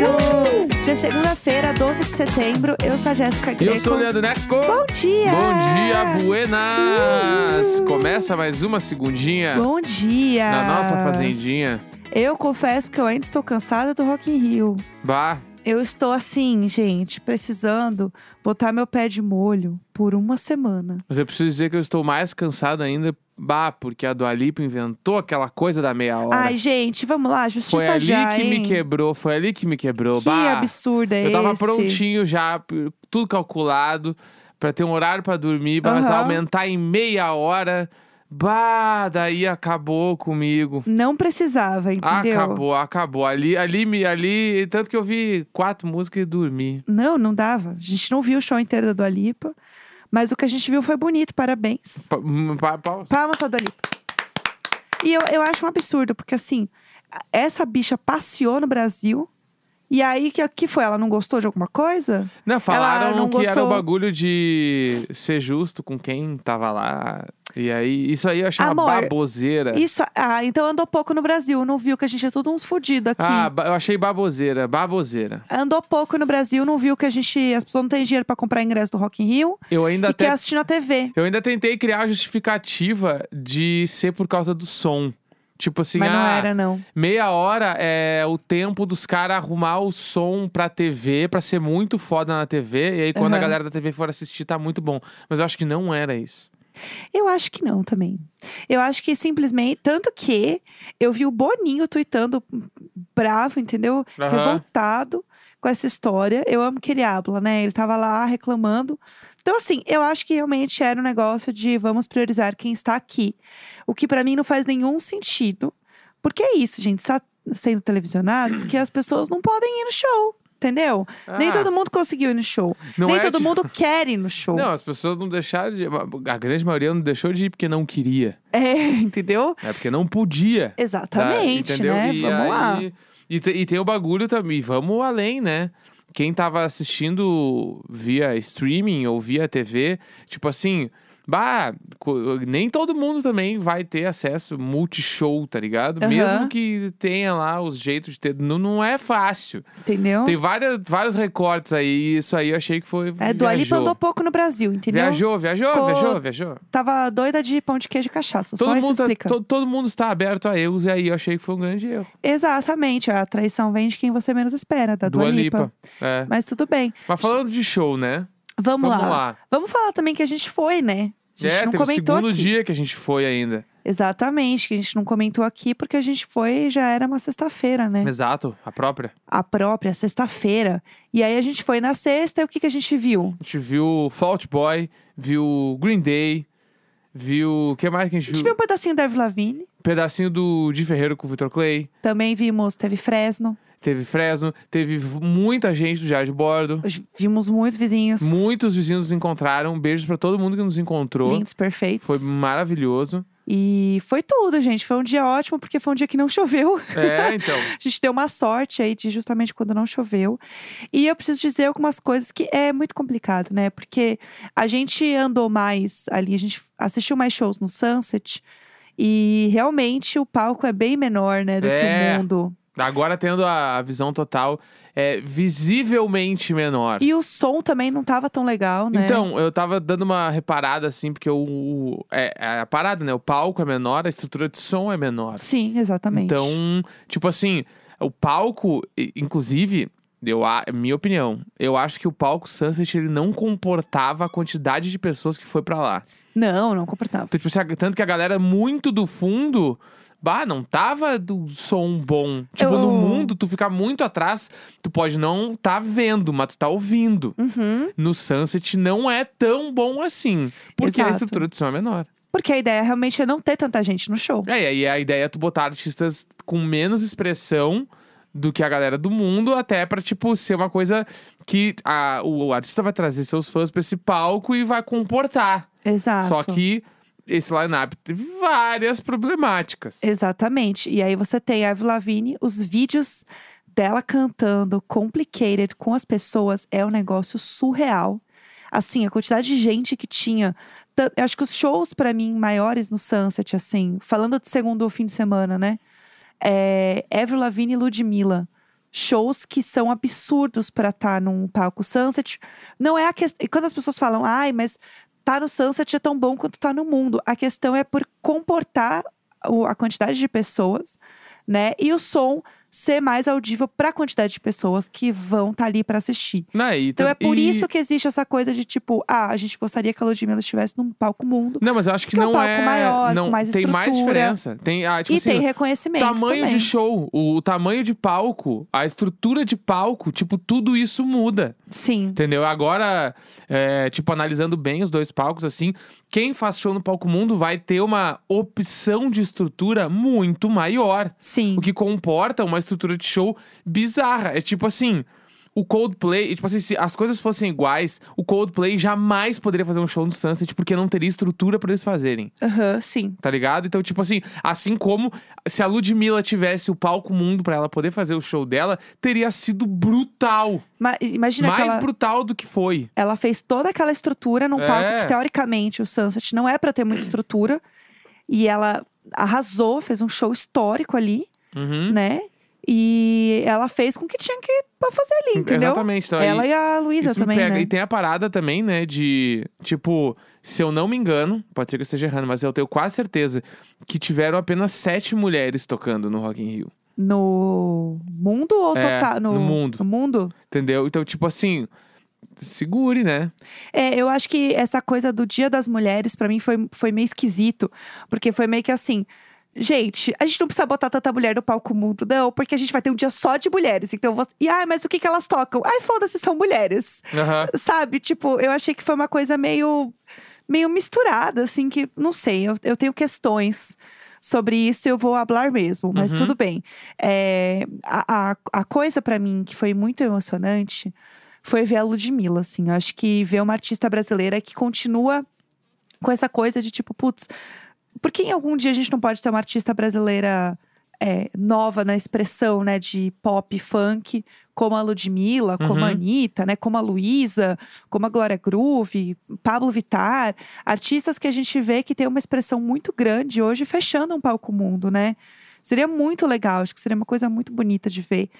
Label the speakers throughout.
Speaker 1: um é segunda-feira, 12 de setembro. Eu sou a Jéssica Greco.
Speaker 2: Eu sou o Leandro Neco.
Speaker 1: Bom dia!
Speaker 2: Bom dia, buenas!
Speaker 1: Uhul.
Speaker 2: Começa mais uma segundinha
Speaker 1: Bom dia!
Speaker 2: na nossa fazendinha.
Speaker 1: Eu confesso que eu ainda estou cansada do Rock in Rio.
Speaker 2: Bah,
Speaker 1: Eu estou assim, gente, precisando botar meu pé de molho por uma semana.
Speaker 2: mas eu preciso dizer que eu estou mais cansado ainda, bah, porque a Dua Lipa inventou aquela coisa da meia hora.
Speaker 1: Ai, gente, vamos lá, justiça
Speaker 2: foi ali
Speaker 1: já,
Speaker 2: que
Speaker 1: hein?
Speaker 2: me quebrou, foi ali que me quebrou,
Speaker 1: Que
Speaker 2: bah.
Speaker 1: absurdo é
Speaker 2: eu tava
Speaker 1: esse?
Speaker 2: prontinho já, p- tudo calculado, pra ter um horário pra dormir, mas
Speaker 1: Aham.
Speaker 2: aumentar em meia hora. Bah, daí acabou comigo.
Speaker 1: Não precisava, entendeu?
Speaker 2: Acabou, acabou. Ali, ali, me- ali, tanto que eu vi quatro músicas e dormi.
Speaker 1: Não, não dava. A gente não viu o show inteiro da Dua Lipa. Mas o que a gente viu foi bonito, parabéns.
Speaker 2: Pa- hum, pa- pa-
Speaker 1: Palmas pra Dua Lipa. E eu, eu acho um absurdo, porque assim, a- essa bicha passeou no Brasil. E aí, que, que foi? Ela não gostou de alguma coisa?
Speaker 2: Não, falaram
Speaker 1: não
Speaker 2: que era o
Speaker 1: gostou.
Speaker 2: bagulho de ser justo com quem tava lá. E aí, isso aí eu achei uma
Speaker 1: Amor,
Speaker 2: baboseira.
Speaker 1: Isso, ah, então andou pouco no Brasil, não viu que a gente é todo uns fudidos aqui.
Speaker 2: Ah, ba- eu achei baboseira, baboseira.
Speaker 1: Andou pouco no Brasil, não viu que a gente. As pessoas não têm dinheiro pra comprar ingresso do Rock in Rio
Speaker 2: Eu ainda
Speaker 1: e quer
Speaker 2: até
Speaker 1: assistir na TV.
Speaker 2: Eu ainda tentei criar a justificativa de ser por causa do som. Tipo assim,
Speaker 1: Mas não
Speaker 2: ah,
Speaker 1: era, não.
Speaker 2: meia hora é o tempo dos caras arrumar o som pra TV, pra ser muito foda na TV. E aí, quando a
Speaker 1: Aham.
Speaker 2: galera da TV for assistir, tá muito bom. Mas eu acho que não era isso.
Speaker 1: Eu acho que não também. Eu acho que simplesmente. Tanto que eu vi o Boninho tweetando bravo, entendeu?
Speaker 2: Aham.
Speaker 1: Revoltado com essa história. Eu amo que ele habla, né? Ele tava lá reclamando. Então, assim, eu acho que realmente era um negócio de vamos priorizar quem está aqui. O que pra mim não faz nenhum sentido. Porque é isso, gente. Está sendo televisionado porque as pessoas não podem ir no show. Entendeu? Nem
Speaker 2: Ah,
Speaker 1: todo mundo conseguiu ir no show.
Speaker 2: não
Speaker 1: Nem
Speaker 2: é
Speaker 1: todo
Speaker 2: de-
Speaker 1: mundo quer ir no show.
Speaker 2: Não, as pessoas não deixaram de. A grande maioria não deixou de ir porque não queria.
Speaker 1: É, entendeu?
Speaker 2: É porque não podia. Tá?
Speaker 1: Exatamente,
Speaker 2: Entendeu?
Speaker 1: né?
Speaker 2: E
Speaker 1: Vamos lá.
Speaker 2: aí- E, te- e tem o bagulho também, vamos além, né? Quem tava assistindo via streaming ou via TV, tipo assim, bah, co- nem todo mundo também vai ter acesso multishow, tá ligado?
Speaker 1: Aham.
Speaker 2: Mesmo que tenha lá os jeitos de ter. Não, não é fácil.
Speaker 1: Entendeu?
Speaker 2: Tem várias, vários recortes aí, e isso aí eu achei que foi.
Speaker 1: É, do Ali
Speaker 2: viajou.
Speaker 1: andou pouco no Brasil, entendeu?
Speaker 2: Viajou, viajou,
Speaker 1: Ficou-
Speaker 2: viajou, viajou.
Speaker 1: Tava doida de pão de queijo e cachaça.
Speaker 2: Todo
Speaker 1: só
Speaker 2: mundo,
Speaker 1: isso
Speaker 2: tá-
Speaker 1: explica.
Speaker 2: to- todo mundo está aberto a erros, e aí eu achei que foi um grande erro.
Speaker 1: Exatamente. A traição vem de quem você menos espera, da Dua,
Speaker 2: Dua
Speaker 1: Lipa.
Speaker 2: Lipa. É.
Speaker 1: Mas tudo bem.
Speaker 2: Mas falando de show, né?
Speaker 1: Vamos,
Speaker 2: Vamos
Speaker 1: lá.
Speaker 2: lá.
Speaker 1: Vamos falar também que a gente foi, né? A gente
Speaker 2: é,
Speaker 1: não
Speaker 2: teve o
Speaker 1: comentou
Speaker 2: segundo
Speaker 1: aqui.
Speaker 2: dia que a gente foi ainda.
Speaker 1: Exatamente, que a gente não comentou aqui porque a gente foi e já era uma sexta-feira, né?
Speaker 2: Exato, a própria.
Speaker 1: A própria sexta-feira. E aí a gente foi na sexta e o que, que a gente viu?
Speaker 2: A gente viu Fault Boy, viu Green Day, viu. O que mais que a
Speaker 1: A
Speaker 2: gente
Speaker 1: gente
Speaker 2: viu?
Speaker 1: viu um pedacinho da Avril Lavigne,
Speaker 2: Pedacinho do Di Ferreiro com o Victor Clay.
Speaker 1: também vimos, teve Fresno,
Speaker 2: Teve Fresno, teve v- muita gente do Diário de Bordo.
Speaker 1: vimos muitos vizinhos.
Speaker 2: Muitos vizinhos nos encontraram. Beijos pra todo mundo que nos encontrou.
Speaker 1: Lindos, perfeitos.
Speaker 2: Foi maravilhoso.
Speaker 1: E foi tudo, gente. Foi um dia ótimo, porque foi um dia que não choveu.
Speaker 2: É, então.
Speaker 1: A gente deu uma sorte aí de justamente quando não choveu. E eu preciso dizer algumas coisas que é muito complicado, né? Porque a gente andou mais ali, a gente assistiu mais shows no Sunset. E realmente o palco é bem menor, né? Do que
Speaker 2: É.
Speaker 1: o mundo.
Speaker 2: Agora tendo a a visão total, é visivelmente menor.
Speaker 1: E o som também não tava tão legal, né?
Speaker 2: Então, eu tava dando uma reparada, assim, porque o, o- é, é a parada, né? O palco é menor, a estrutura de som é menor.
Speaker 1: Sim, exatamente.
Speaker 2: Então, tipo assim, o palco, i- inclusive, eu, a- é minha opinião, eu acho que o palco Sunset, ele não comportava a quantidade de pessoas que foi pra lá.
Speaker 1: Não, não comportava.
Speaker 2: Então, tipo, assim, a- tanto que a galera muito do fundo... Bah, não tava do som bom. Tipo,
Speaker 1: Eu-
Speaker 2: no mundo, tu ficar muito atrás, tu pode não tá vendo, mas tu tá ouvindo
Speaker 1: Uhum.
Speaker 2: no Sunset não é tão bom assim. Porque a
Speaker 1: Exato.
Speaker 2: estrutura de som é menor.
Speaker 1: Porque a ideia realmente é não ter tanta gente no show.
Speaker 2: É, e aí a ideia é tu botar artistas com menos expressão do que a galera do mundo, até pra, tipo, ser uma coisa que a- o, o artista vai trazer seus fãs pra esse palco e vai comportar.
Speaker 1: Exato.
Speaker 2: Só que esse line-up teve várias problemáticas.
Speaker 1: É, Exatamente. E aí você tem a Avril Lavigne, os vídeos dela cantando Complicated com as pessoas é um negócio surreal. Assim, a quantidade de gente que tinha. Tan- Eu acho que os shows, pra mim, maiores no Sunset, assim, falando do segundo fim de semana, né? É Avril Lavigne e Ludmilla. shows que são absurdos pra estar num palco Sunset. Não é a questão. Quando as pessoas falam, ai, mas tá no Sunset é tão bom quanto tá no mundo. A questão é por comportar o- a quantidade de pessoas, né? E o som ser mais audível pra quantidade de pessoas que vão estar ali pra assistir.
Speaker 2: Não, Né, e
Speaker 1: Então
Speaker 2: tam-
Speaker 1: é por
Speaker 2: e-
Speaker 1: isso que existe essa coisa de tipo, ah, a gente gostaria que a Ludmilla estivesse num palco mundo.
Speaker 2: Não, mas eu acho que
Speaker 1: Porque é um
Speaker 2: não
Speaker 1: palco
Speaker 2: é.
Speaker 1: maior,
Speaker 2: não,
Speaker 1: com mais
Speaker 2: tem mais
Speaker 1: estrutura.
Speaker 2: diferença. Tem, ah, tipo
Speaker 1: e
Speaker 2: assim,
Speaker 1: tem reconhecimento
Speaker 2: tamanho
Speaker 1: também.
Speaker 2: de show, o, o tamanho de palco, a estrutura de palco, tipo, tudo isso muda.
Speaker 1: Sim.
Speaker 2: Entendeu? Agora, é, tipo, analisando bem os dois palcos, assim, quem faz show no palco mundo vai ter uma opção de estrutura muito maior.
Speaker 1: Sim.
Speaker 2: O que comporta uma estrutura de show bizarra. É tipo assim. O Coldplay, tipo assim, se as coisas fossem iguais, o Coldplay jamais poderia fazer um show no Sunset porque não teria estrutura pra eles fazerem,
Speaker 1: Aham, sim.
Speaker 2: tá ligado? Então, tipo assim, assim como se a Ludmilla tivesse o palco mundo pra ela poder fazer o show dela, teria sido brutal.
Speaker 1: Ma- imagina
Speaker 2: mais
Speaker 1: que ela,
Speaker 2: brutal do que foi.
Speaker 1: ela fez toda aquela estrutura num
Speaker 2: É.
Speaker 1: palco que, teoricamente, o Sunset não é pra ter muita estrutura. E ela arrasou, fez um show histórico ali,
Speaker 2: Uhum.
Speaker 1: né? E ela fez com o que tinha que pra fazer ali, entendeu?
Speaker 2: Exatamente. Então,
Speaker 1: Ela
Speaker 2: aí,
Speaker 1: e a Luísa
Speaker 2: isso me
Speaker 1: também,
Speaker 2: pega.
Speaker 1: né?
Speaker 2: E tem a parada também, né? De, tipo, se eu não me engano, pode ser que eu esteja errando, mas eu tenho quase certeza que tiveram apenas sete mulheres tocando no Rock in Rio.
Speaker 1: No mundo ou
Speaker 2: É,
Speaker 1: total?
Speaker 2: no mundo.
Speaker 1: No mundo?
Speaker 2: Entendeu? Então, tipo assim, segure, né?
Speaker 1: É, eu acho que essa coisa do Dia das Mulheres, pra mim, foi, foi meio esquisito. Porque foi meio que assim. Gente, a gente não precisa botar tanta mulher no palco mundo, não, porque a gente vai ter um dia só de mulheres. Então, você... e ai, mas o que, que elas tocam? Ai, foda-se, são mulheres.
Speaker 2: Aham.
Speaker 1: Sabe? Tipo, eu achei que foi uma coisa meio, meio misturada, assim, que não sei. Eu, eu tenho questões sobre isso e eu vou falar mesmo, mas
Speaker 2: Uhum.
Speaker 1: tudo bem. É, a, a, a coisa pra mim que foi muito emocionante foi ver a Ludmilla, assim. Eu acho que ver uma artista brasileira que continua com essa coisa de tipo, putz, por que em algum dia a gente não pode ter uma artista brasileira é, nova na expressão, né, de pop, funk, como a Ludmilla, como a
Speaker 2: Uhum.
Speaker 1: Anitta, né, como a Luísa, como a Glória Groove, Pablo Vittar, artistas que a gente vê que tem uma expressão muito grande hoje fechando um palco mundo, né? Seria muito legal, acho que seria uma coisa muito bonita de ver.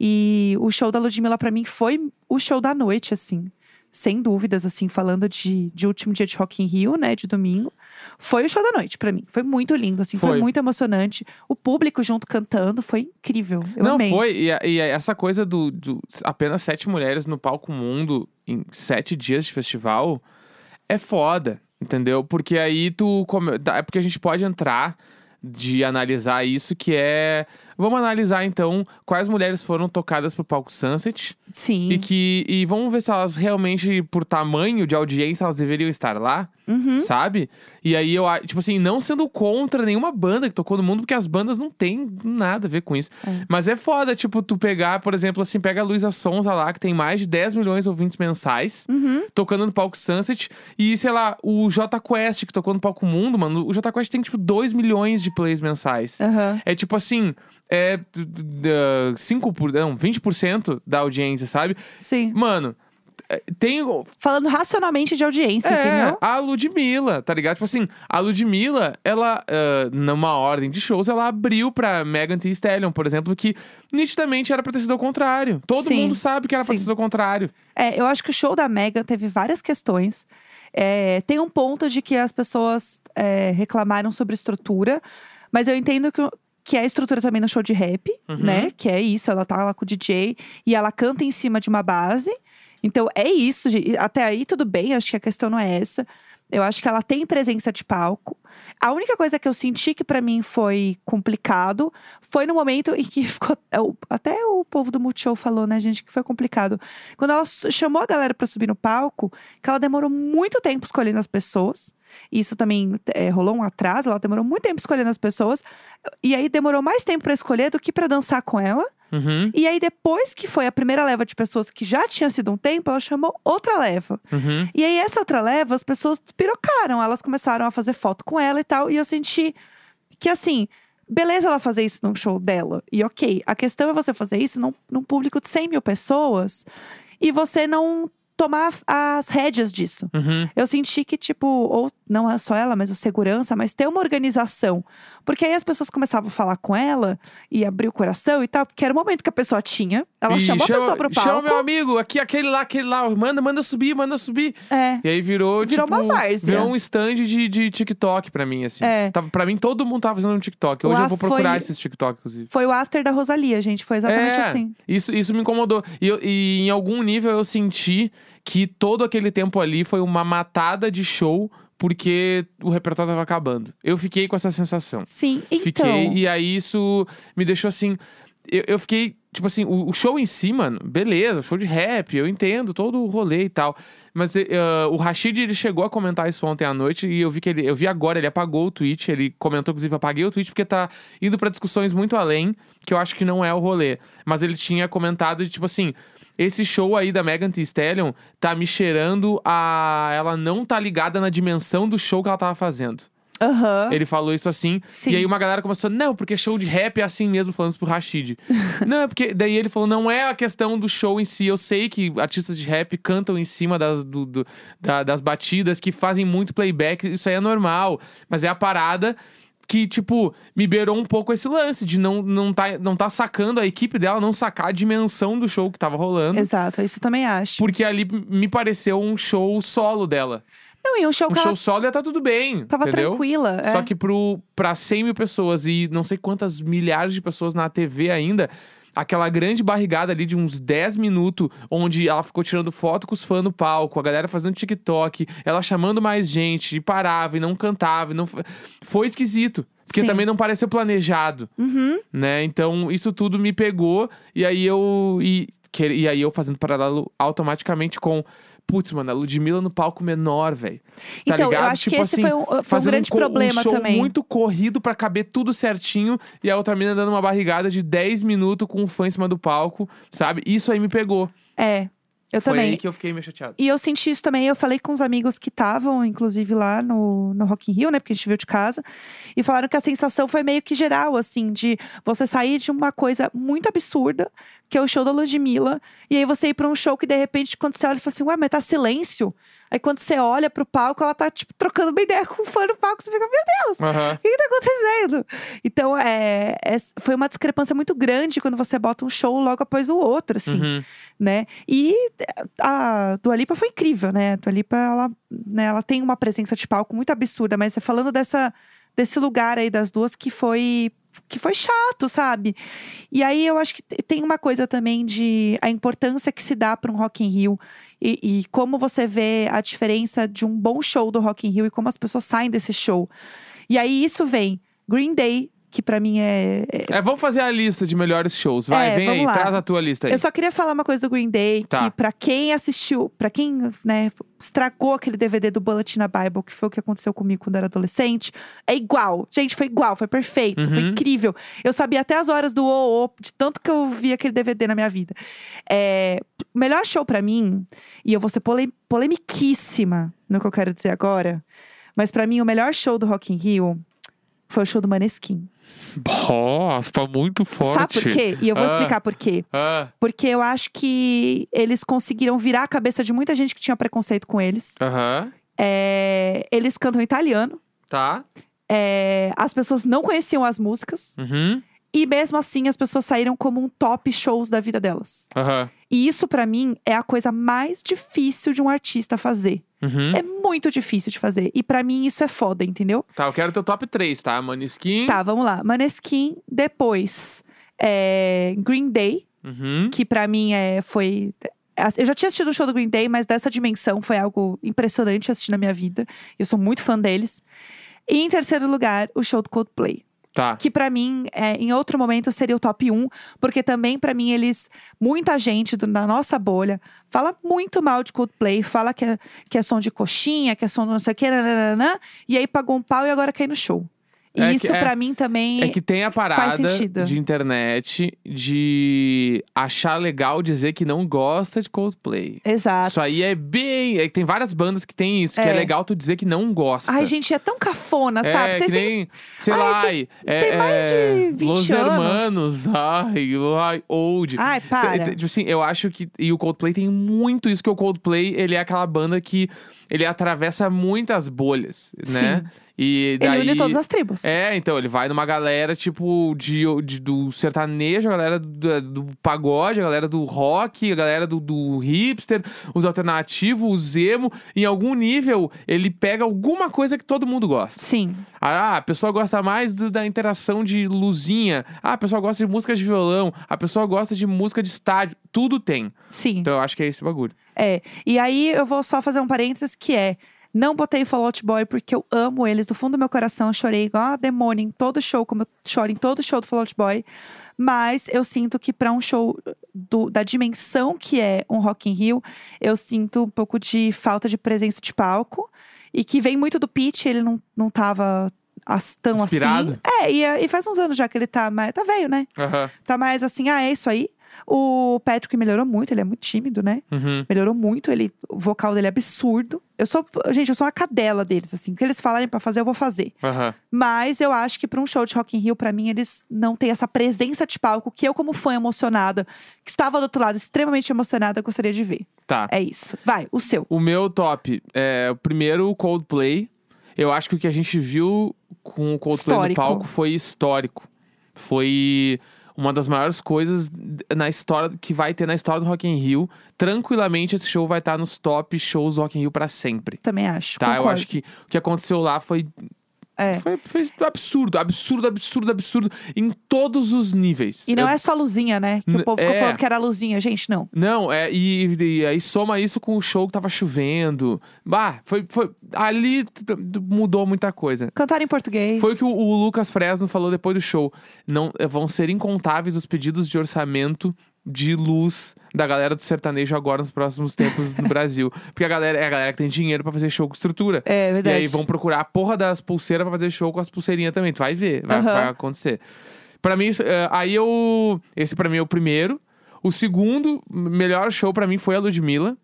Speaker 1: E o show da Ludmilla pra mim foi o show da noite, assim. Sem dúvidas, assim, falando de, de último dia de Rock in Rio, né, de domingo. Foi o show da noite pra mim. Foi muito lindo, assim, foi,
Speaker 2: Foi.
Speaker 1: muito emocionante. O público junto cantando foi incrível. Eu
Speaker 2: não,
Speaker 1: amei.
Speaker 2: foi. E, a- e a- essa coisa do, do apenas sete mulheres no palco mundo em sete dias de festival é foda, entendeu? Porque aí tu. come- dá- É porque a gente pode entrar de analisar isso, que é. Vamos analisar então quais mulheres foram tocadas pro palco Sunset.
Speaker 1: Sim.
Speaker 2: E que. E vamos ver se elas realmente, por tamanho de audiência, elas deveriam estar lá.
Speaker 1: Uhum.
Speaker 2: Sabe? E aí eu, a- tipo assim, não sendo contra nenhuma banda que tocou no mundo, porque as bandas não têm nada a ver com isso.
Speaker 1: É.
Speaker 2: Mas é foda, tipo, tu pegar, por exemplo, assim, pega a Luísa Sonza lá, que tem mais de 10 milhões de ouvintes mensais,
Speaker 1: Uhum.
Speaker 2: tocando no palco Sunset, e sei lá, o J Quest, que tocou no palco Mundo, mano, o J Quest tem, tipo, 2 milhões de plays mensais.
Speaker 1: Aham.
Speaker 2: É tipo assim, é d- d- ah, 5 por, não, 20% da audiência, sabe?
Speaker 1: Sim.
Speaker 2: Mano, é, tem
Speaker 1: Falando racionalmente de
Speaker 2: É.
Speaker 1: audiência, entendeu?
Speaker 2: a Ludmilla, tá ligado? Tipo assim, a Ludmilla, ela, ah, numa ordem de shows, ela abriu pra Megan Thee Stallion, por exemplo, que nitidamente era pra ter sido ao contrário. Todo
Speaker 1: Sim,
Speaker 2: mundo sabe que era pra ter
Speaker 1: sim.
Speaker 2: sido ao contrário.
Speaker 1: É, eu acho que o show da Megan teve várias questões. É, tem um ponto de que as pessoas é, reclamaram sobre estrutura, mas eu entendo que, o- que é a estrutura também no show de rap,
Speaker 2: Uhum.
Speaker 1: né? Que é isso, ela tá lá com o DJ e ela canta em cima de uma base. Então é isso, gente. até aí tudo bem, acho que a questão não é essa. Eu acho que ela tem presença de palco. A única coisa que eu senti que pra mim foi complicado foi no momento em que ficou. é, o- Até o povo do Multishow falou, né, gente, que foi complicado. Quando ela s- chamou a galera pra subir no palco, que ela demorou muito tempo escolhendo as pessoas. Isso também é, rolou um atraso, ela demorou muito tempo escolhendo as pessoas. E aí demorou mais tempo pra escolher do que pra dançar com ela.
Speaker 2: Uhum,
Speaker 1: E aí, depois que foi a primeira leva de pessoas que já tinha sido um tempo, ela chamou outra leva.
Speaker 2: uhum.
Speaker 1: E aí, essa outra leva, as pessoas pirocaram. Elas começaram a fazer foto com ela e tal. E eu senti que, assim, beleza ela fazer isso num show dela. E ok, a questão é você fazer isso num, num público de 100 mil pessoas. E você não tomar as rédeas disso.
Speaker 2: Uhum.
Speaker 1: Eu senti que, tipo, ou não é só ela, mas o segurança, mas ter uma organização. Porque aí as pessoas começavam a falar com ela e abrir o coração e tal, porque era o momento que a pessoa tinha. Ela
Speaker 2: Ih,
Speaker 1: chamou
Speaker 2: chama,
Speaker 1: a pessoa pro palco.
Speaker 2: Chama meu amigo, aqui, aquele lá, aquele lá. Manda, manda subir, manda subir.
Speaker 1: É.
Speaker 2: E aí virou,
Speaker 1: Virou
Speaker 2: tipo,
Speaker 1: uma várzea.
Speaker 2: Virou um stand de, de TikTok pra mim, assim.
Speaker 1: É.
Speaker 2: Tava, pra mim, todo mundo tava fazendo um TikTok.
Speaker 1: O
Speaker 2: Hoje eu
Speaker 1: A
Speaker 2: vou procurar
Speaker 1: foi-
Speaker 2: esses TikTok, inclusive.
Speaker 1: Foi o after da Rosalia, gente. Foi exatamente
Speaker 2: é,
Speaker 1: assim.
Speaker 2: Isso, isso me incomodou. E, eu- e em algum nível eu senti que todo aquele tempo ali foi uma matada de show porque o repertório tava acabando. Eu fiquei com essa sensação.
Speaker 1: Sim, então.
Speaker 2: Fiquei, e aí isso me deixou assim. Eu, eu fiquei, tipo assim, o, o show em si, mano, beleza, show de rap, eu entendo todo o rolê e tal. Mas eh, ah, o Rashid, ele chegou a comentar isso ontem à noite e eu vi que ele, eu vi agora, ele apagou o tweet, ele comentou, inclusive, apaguei o tweet porque tá indo pra discussões muito além, que eu acho que não é o rolê. Mas ele tinha comentado de tipo assim. Esse show aí da Megan Thee Stallion tá me cheirando a. Ela não tá ligada na dimensão do show que ela tava fazendo.
Speaker 1: Aham.
Speaker 2: Ele falou isso assim.
Speaker 1: Sim.
Speaker 2: E aí uma galera começou, não, porque show de rap é assim mesmo, falando isso pro Rashid. não, é porque. Daí ele falou, não é a questão do show em si. Eu sei que artistas de rap cantam em cima das, do- do- da- das batidas, que fazem muito playback, isso aí é normal. Mas é a parada. Que, tipo, me beirou um pouco esse lance de não, não, tá, não tá sacando a equipe dela, não sacar a dimensão do show que tava rolando.
Speaker 1: Exato, isso eu também acho.
Speaker 2: Porque ali me pareceu um show solo dela.
Speaker 1: Não, e um show
Speaker 2: Um
Speaker 1: que ela
Speaker 2: show solo ia tá tudo bem.
Speaker 1: tava
Speaker 2: entendeu?
Speaker 1: tranquila. é.
Speaker 2: Só que pro, pra 100 mil pessoas e não sei quantas milhares de pessoas na TV ainda, aquela grande barrigada ali de uns 10 minutos, onde ela ficou tirando foto com os fãs no palco, a galera fazendo TikTok, ela chamando mais gente, e parava e não cantava. E não... fa- Foi esquisito. Porque
Speaker 1: Sim.
Speaker 2: também não pareceu planejado,
Speaker 1: Uhum.
Speaker 2: né? Então, isso tudo me pegou. E aí eu. E, que- e aí eu fazendo paralelo automaticamente com. Putz, mano, a Ludmilla no palco menor, velho. Tá
Speaker 1: então,
Speaker 2: ligado?
Speaker 1: eu acho
Speaker 2: tipo
Speaker 1: que esse
Speaker 2: assim,
Speaker 1: foi um, foi um
Speaker 2: fazendo
Speaker 1: grande
Speaker 2: co-
Speaker 1: problema
Speaker 2: um show
Speaker 1: também.
Speaker 2: muito corrido pra caber tudo certinho e a outra mina dando uma barrigada de 10 minutos com o fã em cima do palco, sabe? Isso aí me pegou.
Speaker 1: É, eu
Speaker 2: Foi
Speaker 1: também.
Speaker 2: aí que eu fiquei meio chateado.
Speaker 1: E eu senti isso também. Eu falei com uns amigos que estavam, inclusive, lá no, no Rock in Rio, né? Porque a gente viu de casa. E falaram que a sensação foi meio que geral, assim, de você sair de uma coisa muito absurda, que é o show da Ludmilla, e aí você ir pra um show que, de repente, quando você olha, você fala assim, ué, mas tá silêncio. Aí quando você olha pro palco, ela tá, tipo, trocando uma ideia com um fã no palco, você fica, meu Deus!
Speaker 2: Aham.
Speaker 1: O que, que tá acontecendo? Então, é, é- foi uma discrepância muito grande quando você bota um show logo após o outro, assim
Speaker 2: Uhum.
Speaker 1: né? E ah, a Dua Lipa foi incrível, né? A Dua Lipa, ela, né, ela tem uma presença de palco muito absurda, mas é falando dessa, desse lugar aí das duas que foi que foi chato, sabe? E aí eu acho que te- tem uma coisa também de a importância que se dá para um Rock in Rio e, e como você vê a diferença de um bom show do Rock in Rio e como as pessoas saem desse show. E aí isso vem Green Day, que pra mim é- é
Speaker 2: É, vamos fazer a lista de melhores shows. Vai,
Speaker 1: É,
Speaker 2: vem
Speaker 1: vamos
Speaker 2: aí,
Speaker 1: lá.
Speaker 2: traz a tua lista aí.
Speaker 1: Eu só queria falar uma coisa do Green Day,
Speaker 2: Tá.
Speaker 1: que pra quem assistiu, pra quem, né, estragou aquele DVD do Bullet na Bible, que foi o que aconteceu comigo quando eu era adolescente, é igual. Gente, foi igual, foi perfeito, foi
Speaker 2: Uhum.
Speaker 1: incrível. Eu sabia até as horas do oh, oh, de tanto que eu vi aquele DVD na minha vida. É, o melhor show pra mim, e eu vou ser pole, polemiquíssima no que eu quero dizer agora, mas pra mim o melhor show do Rock in Rio foi o show do Maneskin.
Speaker 2: Nossa, muito
Speaker 1: Sabe por quê? E eu vou
Speaker 2: Ah.
Speaker 1: explicar por quê.
Speaker 2: Ah,
Speaker 1: Porque eu acho que eles conseguiram virar a cabeça de muita gente que tinha preconceito com eles.
Speaker 2: Aham.
Speaker 1: É, eles cantam italiano.
Speaker 2: Tá.
Speaker 1: é, as pessoas não conheciam as músicas.
Speaker 2: Uhum.
Speaker 1: E mesmo assim, as pessoas saíram como um top shows da vida delas.
Speaker 2: Aham.
Speaker 1: E isso, pra mim, é a coisa mais difícil de um artista fazer.
Speaker 2: Uhum.
Speaker 1: É muito difícil de fazer. E pra mim, isso é foda, entendeu?
Speaker 2: Tá, eu quero teu top 3, tá? Maniskin.
Speaker 1: Tá, vamos lá. Maneskin, depois é, Green Day.
Speaker 2: Uhum.
Speaker 1: que pra mim é, foi. Eu já tinha assistido um show do Green Day, mas dessa dimensão foi algo impressionante assistir na minha vida. Eu sou muito fã deles. E em terceiro lugar, o show do Coldplay.
Speaker 2: Tá.
Speaker 1: Que pra mim, é, em outro momento, seria o top 1. Porque também, pra mim, eles... Muita gente do- da nossa bolha fala muito mal de Coldplay. Fala que é, que é som de coxinha, que é som de não sei o que. nananana, e aí pagou um pau e agora cai no show. E
Speaker 2: É que-
Speaker 1: isso
Speaker 2: é-
Speaker 1: pra mim também.
Speaker 2: É que tem a parada
Speaker 1: sentido.
Speaker 2: de internet de achar legal dizer que não gosta de Coldplay.
Speaker 1: Exato.
Speaker 2: Isso aí é bem. é que tem várias bandas que tem isso, que é
Speaker 1: Ah, É.
Speaker 2: legal tu dizer que não gosta.
Speaker 1: Ai, gente, é tão cafona,
Speaker 2: É,
Speaker 1: sabe?
Speaker 2: que
Speaker 1: Vocês têm.
Speaker 2: nem, sei
Speaker 1: Ai,
Speaker 2: lá,
Speaker 1: vocês-
Speaker 2: é,
Speaker 1: tem mais
Speaker 2: é,
Speaker 1: de 20
Speaker 2: Los
Speaker 1: anos.
Speaker 2: Hermanos, ai, ai, old.
Speaker 1: Ai,
Speaker 2: Cê-
Speaker 1: para.
Speaker 2: Tipo assim, eu acho que. E o Coldplay tem muito isso, que o Coldplay, ele é aquela banda que ele atravessa muitas bolhas, né? E daí.
Speaker 1: Ele une todas as tribos.
Speaker 2: É, então, ele vai numa galera, tipo, de, de- do sertanejo, a galera do, do pagode, a galera do rock, a galera do, do hipster, os alternativos, os emo. Em algum nível, ele pega alguma coisa que todo mundo gosta.
Speaker 1: Sim.
Speaker 2: Ah, a pessoa gosta mais do- da interação de luzinha. Ah, a pessoa gosta de música de violão. A pessoa gosta de música de estádio. Tudo tem.
Speaker 1: Sim.
Speaker 2: Então, eu acho que é esse bagulho.
Speaker 1: É. E aí eu vou só fazer um parênteses que é. Não botei Fall Out Boy porque eu amo eles do fundo do meu coração. Eu chorei igual a demônio em todo show, como eu choro em todo show do Fall Out Boy. Mas eu sinto que pra um show do- da dimensão que é um Rock in Rio, eu sinto um pouco de falta de presença de palco. E que vem muito do pitch, ele não, não tava as- tão
Speaker 2: Inspirado.
Speaker 1: assim. É, e, e faz uns anos já que ele tá mais. Tá velho, né?
Speaker 2: Aham.
Speaker 1: Tá mais assim, ah, é isso aí. O Patrick melhorou muito, ele é muito tímido, né?
Speaker 2: Uhum.
Speaker 1: Melhorou muito, ele, o vocal dele é absurdo. Eu sou, gente, eu sou uma cadela deles, assim. O que eles falarem pra fazer, eu vou fazer.
Speaker 2: Aham.
Speaker 1: Mas eu acho que pra um show de Rock in Rio, pra mim, eles não têm essa presença de palco que eu, como fã emocionada, que estava do outro lado extremamente emocionada, gostaria de ver.
Speaker 2: Tá.
Speaker 1: É isso. Vai, o seu.
Speaker 2: O meu top é o primeiro o Coldplay. Eu acho que o que a gente viu com o Coldplay
Speaker 1: Histórico.
Speaker 2: no palco foi histórico. Foi uma das maiores coisas na história que vai ter na história do Rock in Rio. Tranquilamente esse show vai estar nos top shows do Rock in Rio pra sempre.
Speaker 1: Também acho.
Speaker 2: Tá, eu
Speaker 1: concordo.
Speaker 2: acho que o que aconteceu lá foi,
Speaker 1: É.
Speaker 2: foi, foi absurdo, absurdo, absurdo, absurdo em todos os níveis.
Speaker 1: E não
Speaker 2: Eu-
Speaker 1: é só a luzinha, né? Que
Speaker 2: N-
Speaker 1: o povo ficou
Speaker 2: é.
Speaker 1: falando que era a luzinha. Gente, não.
Speaker 2: Não, é, e, e aí soma isso com o show que tava chovendo. Bah, foi, foi, ali t- t- mudou muita coisa.
Speaker 1: Cantar em português.
Speaker 2: Foi o que o, o Lucas Fresno falou depois do show. Não, eh, vão ser incontáveis os pedidos de orçamento de luz da galera do sertanejo agora nos próximos tempos no Brasil. Porque a galera é a galera que tem dinheiro pra fazer show com estrutura.
Speaker 1: É
Speaker 2: E
Speaker 1: verdade.
Speaker 2: aí vão procurar a porra das pulseiras pra fazer show com as pulseirinhas também. Tu vai ver, vai,
Speaker 1: Aham.
Speaker 2: vai acontecer. Pra mim, isso, eh, aí eu. Esse pra mim é o primeiro. O segundo melhor show pra mim foi a Ludmilla.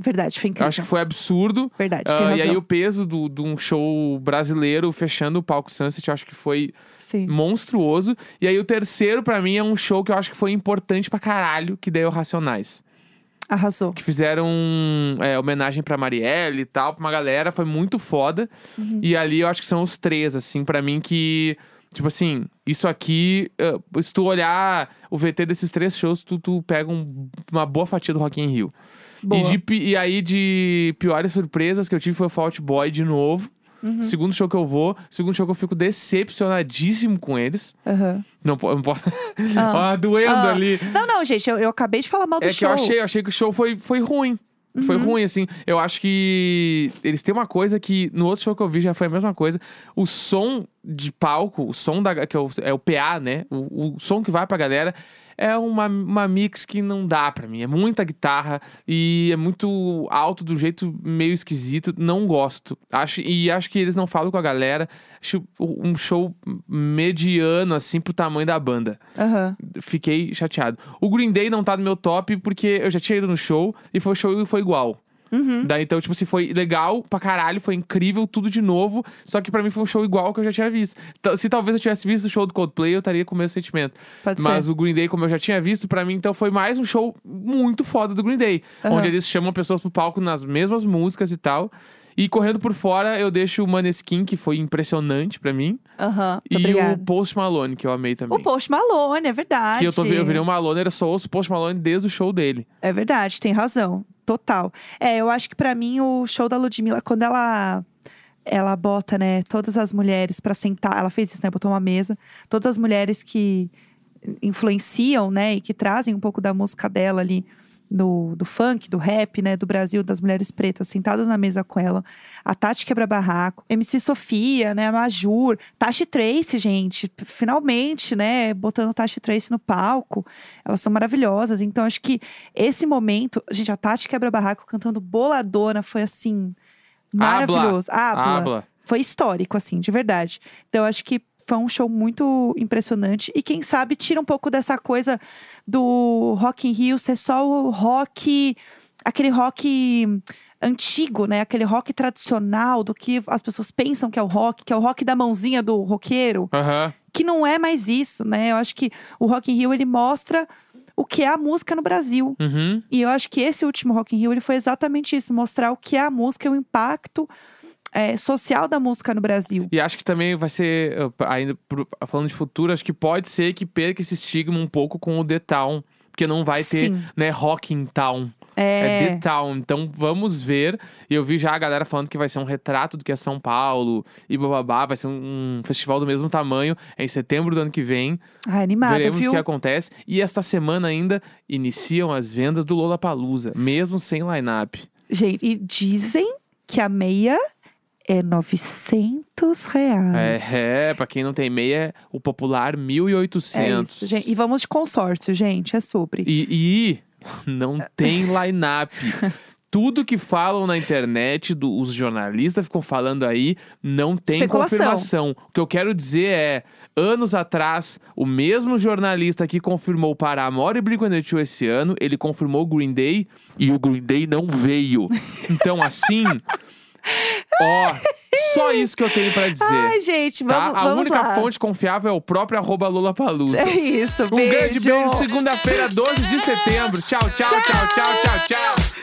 Speaker 1: Verdade, foi
Speaker 2: Eu
Speaker 1: incrível.
Speaker 2: acho que foi absurdo.
Speaker 1: Verdade,
Speaker 2: Ah,
Speaker 1: tem razão.
Speaker 2: e aí o peso do- de um show brasileiro fechando o palco Sunset, eu acho que foi
Speaker 1: Sim.
Speaker 2: Hum. monstruoso. E aí o terceiro pra mim é um show que eu acho que foi importante pra caralho, que deu Racionais
Speaker 1: Arrasou.
Speaker 2: que fizeram é, homenagem pra Marielle e tal, pra uma galera, foi muito foda.
Speaker 1: Uhum.
Speaker 2: E ali eu acho que são os três, assim, pra mim que. Tipo assim, isso aqui, eh, se tu olhar o VT desses três shows, tu, tu pega um- uma boa fatia do Rock in Rio.
Speaker 1: Boa.
Speaker 2: E, de pi- e aí, de piores surpresas que eu tive foi o Fault Boy de novo.
Speaker 1: Uhum.
Speaker 2: Segundo show que eu vou, segundo show que eu fico decepcionadíssimo com eles.
Speaker 1: Aham.
Speaker 2: Não, po- não posso.
Speaker 1: Ah.
Speaker 2: Ó, doendo
Speaker 1: Ah.
Speaker 2: ali.
Speaker 1: Não, não, gente, eu, eu acabei de falar mal do
Speaker 2: É que
Speaker 1: show. Uhum.
Speaker 2: eu achei, eu achei que o show foi, foi ruim. Foi ruim, assim. Eu acho que eles têm uma coisa que no outro show que eu vi já foi a mesma coisa. O som de palco, o som da. Que é o, é o PA, né? O, o som que vai pra galera é uma, uma mix que não dá pra mim. É muita guitarra e é muito alto do jeito meio esquisito. Não gosto. Acho, e acho que eles não falam com a galera. Acho um show mediano, assim, pro tamanho da banda
Speaker 1: Aham.
Speaker 2: fiquei chateado. O Green Day não tá no meu top porque eu já tinha ido no show e foi show e foi igual.
Speaker 1: Uhum.
Speaker 2: Daí então, tipo assim, foi legal pra caralho, foi incrível, tudo de novo. Só que pra mim foi um show igual que eu já tinha visto. Ta- Se talvez eu tivesse visto o show do Coldplay, eu estaria com o mesmo sentimento.
Speaker 1: Pode
Speaker 2: Mas
Speaker 1: ser.
Speaker 2: o Green Day, como eu já tinha visto, pra mim então foi mais um show muito foda do Green Day.
Speaker 1: Aham.
Speaker 2: Onde eles chamam pessoas pro palco nas mesmas músicas e tal. E correndo por fora, eu deixo o Maneskin, que foi impressionante pra mim.
Speaker 1: Aham. Muito
Speaker 2: e
Speaker 1: obrigada.
Speaker 2: o Post Malone, que eu amei também.
Speaker 1: O Post Malone, é verdade.
Speaker 2: Que eu, tô, vi- eu virei um- uma Malone, eu só ouço o Post Malone desde o show dele.
Speaker 1: É verdade, tem razão. Total. É, eu acho que pra mim o show da Ludmilla, quando ela ela bota, né, todas as mulheres pra sentar, ela fez isso, né, botou uma mesa, todas as mulheres que influenciam, né, e que trazem um pouco da música dela ali no, do funk, do rap, né, do Brasil, das mulheres pretas sentadas na mesa com ela. A Tati Quebra Barraco, MC Sofia, né, a Majur, Tashi Trace, gente, finalmente, né, botando Tashi Trace no palco. Elas são maravilhosas. Então, acho que esse momento. Gente, a Tati Quebra Barraco cantando boladona foi assim.
Speaker 2: Abla.
Speaker 1: Maravilhoso. Abla.
Speaker 2: Abla.
Speaker 1: foi histórico, assim, de verdade. Então, acho que foi um show muito impressionante. E quem sabe tira um pouco dessa coisa do Rock in Rio ser só o rock, aquele rock antigo, né? Aquele rock tradicional do que as pessoas pensam que é o rock, que é o rock da mãozinha do roqueiro,
Speaker 2: Aham.
Speaker 1: que não é mais isso, né? Eu acho que o Rock in Rio ele mostra o que é a música no Brasil.
Speaker 2: Uhum.
Speaker 1: E eu acho que esse último Rock in Rio ele foi exatamente isso, mostrar o que é a música, o impacto eh, social da música no Brasil.
Speaker 2: E acho que também vai ser, eh, ainda pro- falando de futuro, acho que pode ser que perca esse estigma um pouco com o The Town. Porque não vai ter,
Speaker 1: Sim.
Speaker 2: né, Rock in Town. É,
Speaker 1: É,
Speaker 2: The Town. Então vamos ver. E eu vi já a galera falando que vai ser um retrato do que é São Paulo e bababá. Vai ser um, um festival do mesmo tamanho. É em setembro do ano que vem.
Speaker 1: ah, animado,
Speaker 2: Veremos
Speaker 1: viu?
Speaker 2: o que acontece. E esta semana ainda iniciam as vendas do Lollapalooza, mesmo sem line-up.
Speaker 1: Gente, e dizem que a meia é 900 reais.
Speaker 2: É, é, pra quem não tem meia, o popular
Speaker 1: É
Speaker 2: 1.800.
Speaker 1: isso, gente. E vamos de consórcio, gente. É sobre.
Speaker 2: E, e não tem line-up. Tudo que falam na internet, do- os jornalistas ficam falando aí, não tem
Speaker 1: Especulação.
Speaker 2: confirmação. O que eu quero dizer é, anos atrás, o mesmo jornalista que confirmou Paramore e Blink-182 esse ano, ele confirmou Green Day e o Green Day não veio. Então, assim, ó, só isso que eu tenho pra dizer.
Speaker 1: Ai, gente, vamos,
Speaker 2: tá? A
Speaker 1: vamos
Speaker 2: única
Speaker 1: lá.
Speaker 2: fonte confiável é o próprio arroba Um Lollapalooza.
Speaker 1: É isso,
Speaker 2: Um grande beijo, segunda-feira, 12 de setembro. Tchau, tchau, tchau, tchau, tchau, tchau.